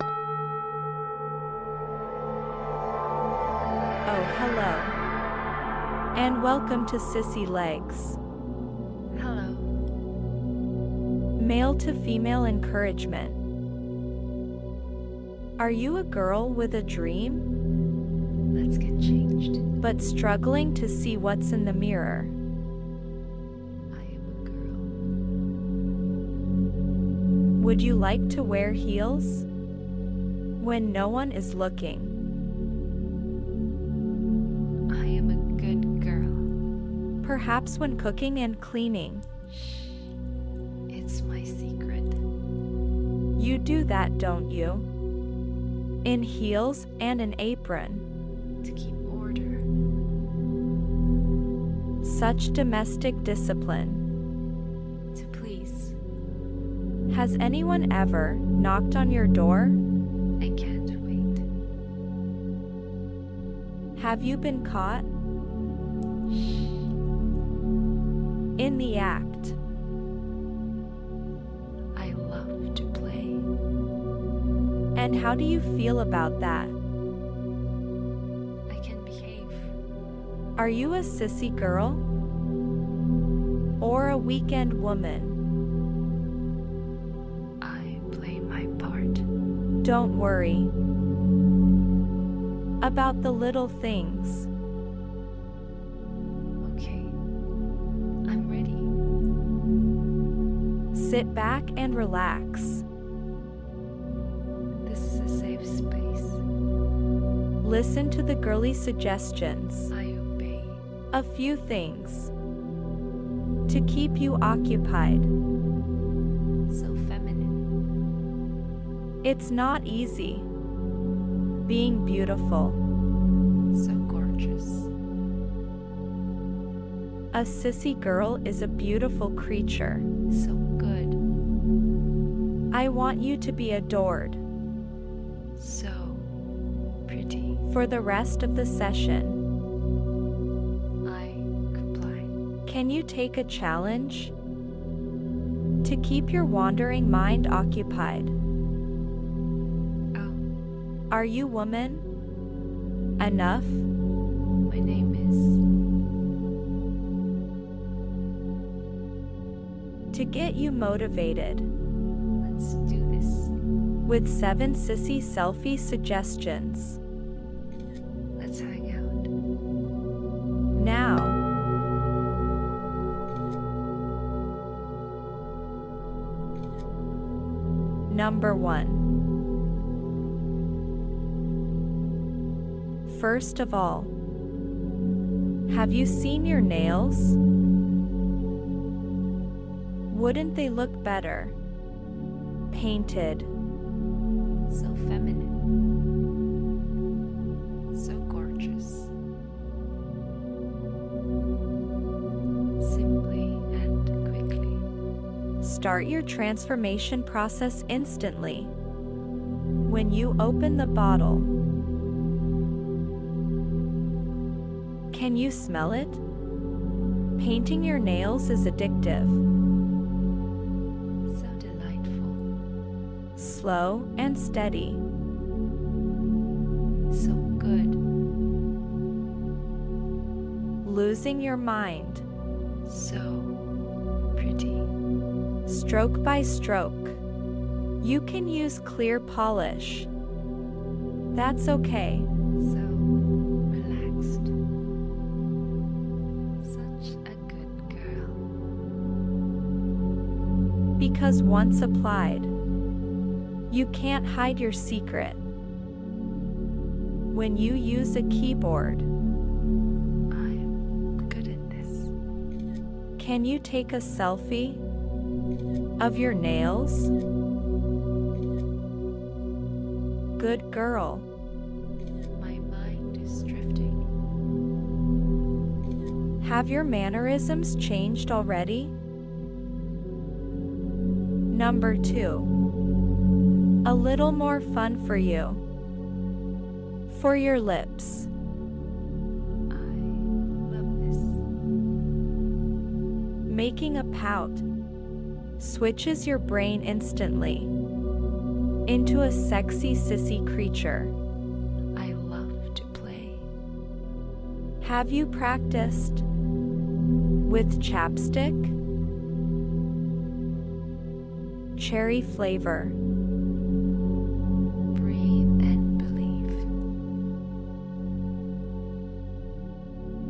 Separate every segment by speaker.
Speaker 1: Oh, And welcome to Sissy Legs.
Speaker 2: Hello.
Speaker 1: Male to female encouragement. Are you a girl with a dream,
Speaker 2: Let's get changed.
Speaker 1: but struggling to see what's in the mirror?
Speaker 2: I am
Speaker 1: Would you like to wear heels? When no one is looking,
Speaker 2: a girl. I am a good girl.
Speaker 1: perhaps when cooking and cleaning,
Speaker 2: Shh. It's my secret.
Speaker 1: you do that, don't you? In heels and an apron,
Speaker 2: To keep order.
Speaker 1: such domestic discipline.
Speaker 2: To please.
Speaker 1: Has anyone ever knocked on your door?
Speaker 2: I can't wait.
Speaker 1: Have you been caught? In the act,
Speaker 2: I love to play.
Speaker 1: and how do you feel about that?
Speaker 2: I can behave.
Speaker 1: Are you a sissy girl? Or a weekend woman?
Speaker 2: I play my part.
Speaker 1: Don't worry about the little things.
Speaker 2: Okay. I'm ready.
Speaker 1: Sit back and relax.
Speaker 2: This is a safe space.
Speaker 1: Listen to the girly suggestions.
Speaker 2: I obey.
Speaker 1: A few things to keep you occupied.
Speaker 2: So feminine.
Speaker 1: It's not easy being beautiful.
Speaker 2: So gorgeous.
Speaker 1: A sissy girl is a beautiful creature.
Speaker 2: So good.
Speaker 1: I want you to be adored
Speaker 2: So pretty.
Speaker 1: for the rest of the session.
Speaker 2: I comply.
Speaker 1: Can you take a challenge? To keep your wandering mind occupied.
Speaker 2: Oh,
Speaker 1: Are you woman? Enough?
Speaker 2: my name is.
Speaker 1: To get you motivated
Speaker 2: Let's do this.
Speaker 1: with 7 sissy selfie suggestions.
Speaker 2: Let's hang out.
Speaker 1: Now. Number 1. First of all, have you seen your nails? Wouldn't they look better? Painted.
Speaker 2: So feminine. So gorgeous. Simply and quickly.
Speaker 1: Start your transformation process instantly. When you open the bottle, can you smell it? Painting your nails is addictive.
Speaker 2: So delightful.
Speaker 1: Slow and steady.
Speaker 2: So good.
Speaker 1: Losing your mind.
Speaker 2: So pretty.
Speaker 1: Stroke by stroke. You can use clear polish. That's okay.
Speaker 2: So relaxed. Such a good girl.
Speaker 1: Because once applied, you can't hide your secret. When you use a keyboard,
Speaker 2: I'm good at this.
Speaker 1: can you take a selfie of your nails? Good girl.
Speaker 2: My mind is drifting.
Speaker 1: Have your mannerisms changed already? Number 2. A little more fun for you. For your lips.
Speaker 2: I love this.
Speaker 1: Making a pout switches your brain instantly into a sexy sissy creature.
Speaker 2: I love to play.
Speaker 1: Have you practiced with chapstick? Cherry flavor.
Speaker 2: Breathe and believe.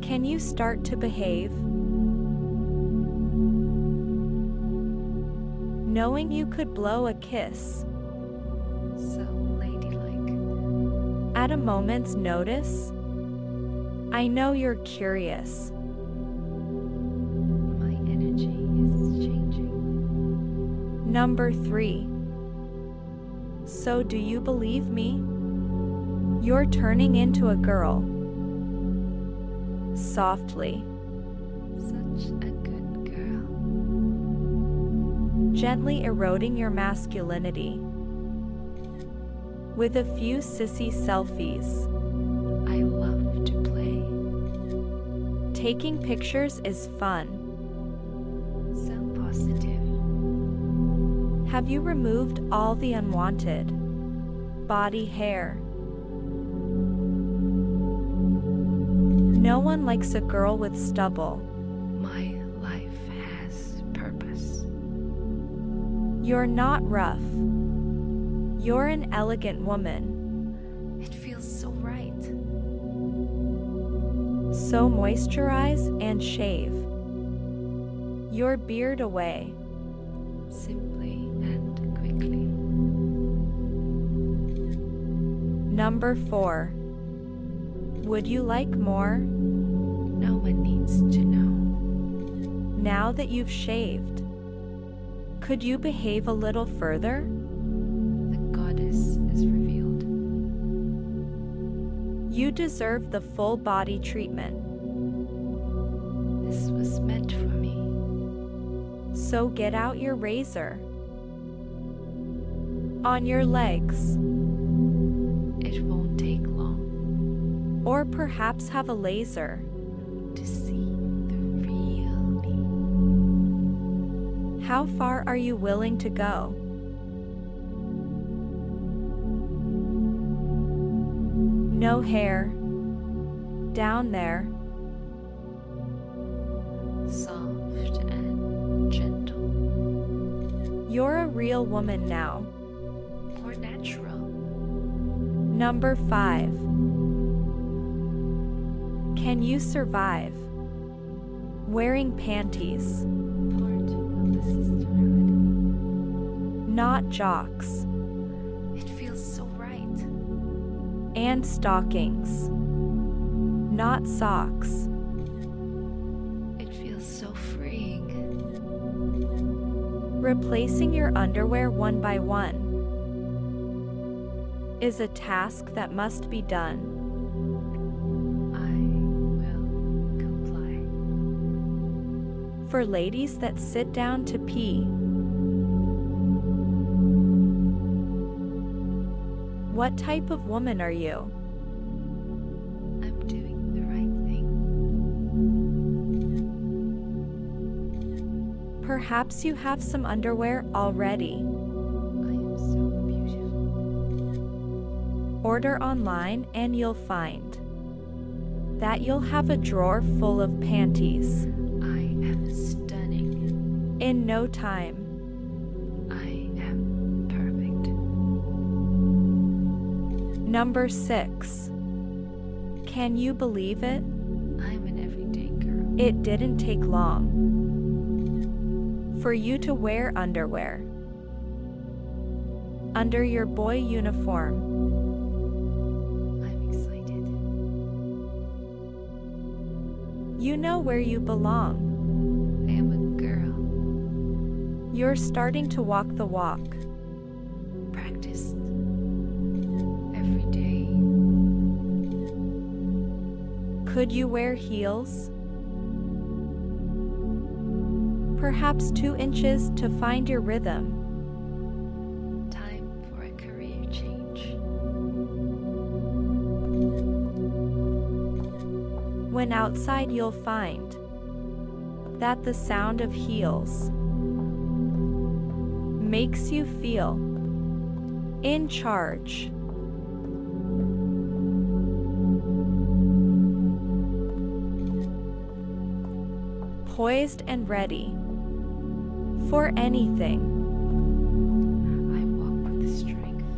Speaker 1: Can you start to behave? Knowing you could blow a kiss
Speaker 2: So ladylike.
Speaker 1: at a moment's notice? I know you're curious.
Speaker 2: My energy is changing.
Speaker 1: Number three. So, do you believe me? You're turning into a girl. Softly,
Speaker 2: Such a good girl.
Speaker 1: gently eroding your masculinity. With a few sissy selfies.
Speaker 2: I love to play.
Speaker 1: Taking pictures is fun.
Speaker 2: So positive.
Speaker 1: Have you removed all the unwanted body hair? No one likes a girl with stubble.
Speaker 2: My life has purpose.
Speaker 1: You're not rough. You're an elegant woman,
Speaker 2: It feels so right.
Speaker 1: so moisturize and shave. Your beard away.
Speaker 2: Simply and quickly.
Speaker 1: Number 4. Would you like more?
Speaker 2: No one needs to know.
Speaker 1: Now that you've shaved, could you behave a little further?
Speaker 2: The goddess is revealed.
Speaker 1: You deserve the full body treatment,
Speaker 2: This was meant for me.
Speaker 1: so get out your razor. On your legs,
Speaker 2: It won't take long
Speaker 1: or perhaps have a laser.
Speaker 2: to see the real me.
Speaker 1: How far are you willing to go? No hair. Down there.
Speaker 2: Soft and gentle.
Speaker 1: You're a real woman now.
Speaker 2: More natural.
Speaker 1: Number 5. Can you survive? Wearing panties,
Speaker 2: Part of the sisterhood.
Speaker 1: not jocks,
Speaker 2: It feels so right.
Speaker 1: and stockings, not socks.
Speaker 2: It feels so freeing.
Speaker 1: Replacing your underwear one by one is a task that must be done.
Speaker 2: I will comply.
Speaker 1: For ladies that sit down to pee, what type of woman are you?
Speaker 2: I'm doing the right thing.
Speaker 1: Perhaps you have some underwear already.
Speaker 2: I am so beautiful.
Speaker 1: Order online and you'll find that you'll have a drawer full of panties
Speaker 2: I am stunning.
Speaker 1: in no time.
Speaker 2: I am perfect.
Speaker 1: Number 6. Can you believe it?
Speaker 2: I'm an everyday girl.
Speaker 1: It didn't take long for you to wear underwear under your boy uniform.
Speaker 2: I'm excited.
Speaker 1: You know where you belong.
Speaker 2: I am a girl.
Speaker 1: You're starting to walk the walk.
Speaker 2: Practiced. Every day.
Speaker 1: Could you wear heels? Perhaps two inches to find your rhythm.
Speaker 2: Time for a career change.
Speaker 1: When outside, you'll find that the sound of heels makes you feel in charge. poised and ready for anything.
Speaker 2: I walk with strength.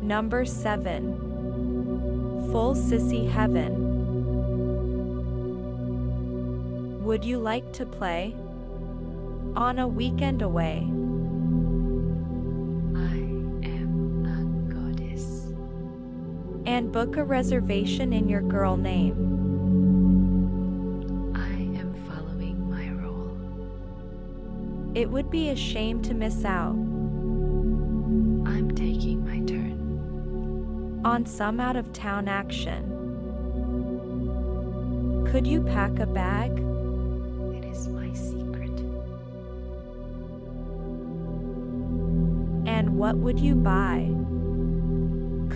Speaker 1: Number 7. Full Sissy Heaven. Would you like to play? On a weekend away.
Speaker 2: I am a goddess.
Speaker 1: And book a reservation in your girl name.
Speaker 2: I am following my role.
Speaker 1: It would be a shame to miss out
Speaker 2: I'm taking my turn.
Speaker 1: on some out of town action. Could you pack a bag?
Speaker 2: It is my secret.
Speaker 1: And what would you buy?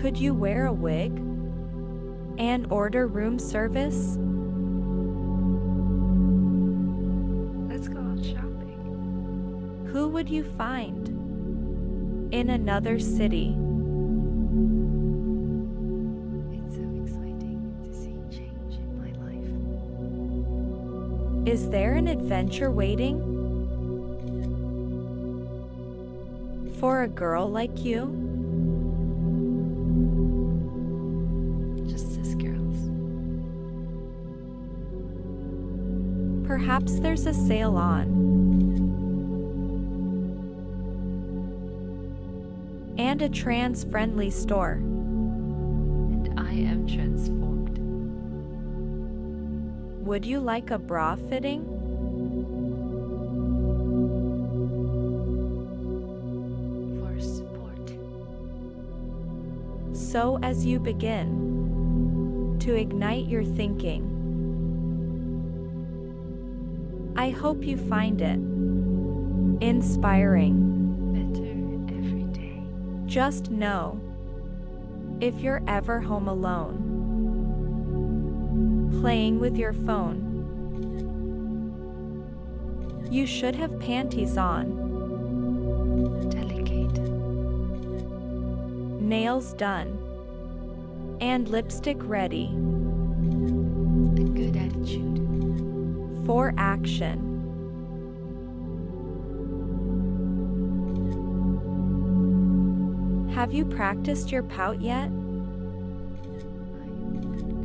Speaker 1: Could you wear a wig? And order room service?
Speaker 2: Let's go out shopping.
Speaker 1: Who would you find? In another city.
Speaker 2: It's so exciting to see change in my life.
Speaker 1: Is there an adventure waiting? For a girl like you?
Speaker 2: Just as girls.
Speaker 1: Perhaps there's a sale on. And a trans friendly store.
Speaker 2: And I am transformed.
Speaker 1: Would you like a bra fitting?
Speaker 2: For support.
Speaker 1: So, as you begin to ignite your thinking, I hope you find it inspiring.
Speaker 2: Better every day.
Speaker 1: Just know if you're ever home alone, playing with your phone, you should have panties on,
Speaker 2: Delicate.
Speaker 1: nails done, and lipstick ready.
Speaker 2: A good attitude.
Speaker 1: for action. Have you practiced your pout yet?
Speaker 2: I am a good girl.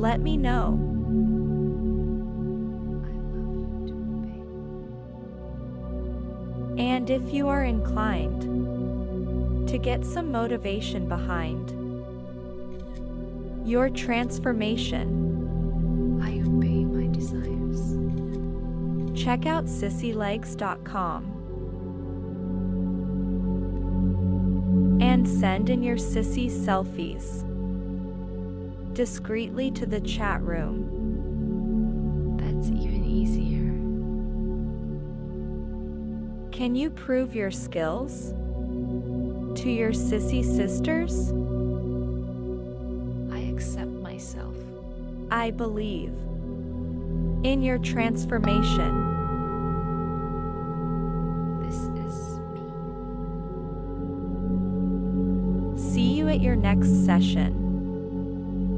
Speaker 1: Let me know.
Speaker 2: I love to obey.
Speaker 1: And if you are inclined to get some motivation behind your transformation,
Speaker 2: I obey my desires.
Speaker 1: check out sissylegs.com and send in your sissy selfies discreetly to the chat room.
Speaker 2: That's even easier.
Speaker 1: Can you prove your skills? To your sissy sisters?
Speaker 2: I accept myself.
Speaker 1: I believe. In your transformation,
Speaker 2: This is me.
Speaker 1: see you at your next session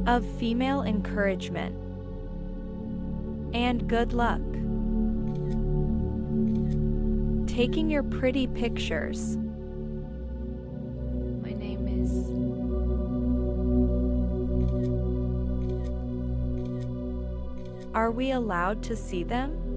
Speaker 1: of female encouragement. And good luck taking your pretty pictures.
Speaker 2: My name is.
Speaker 1: Are we allowed to see them?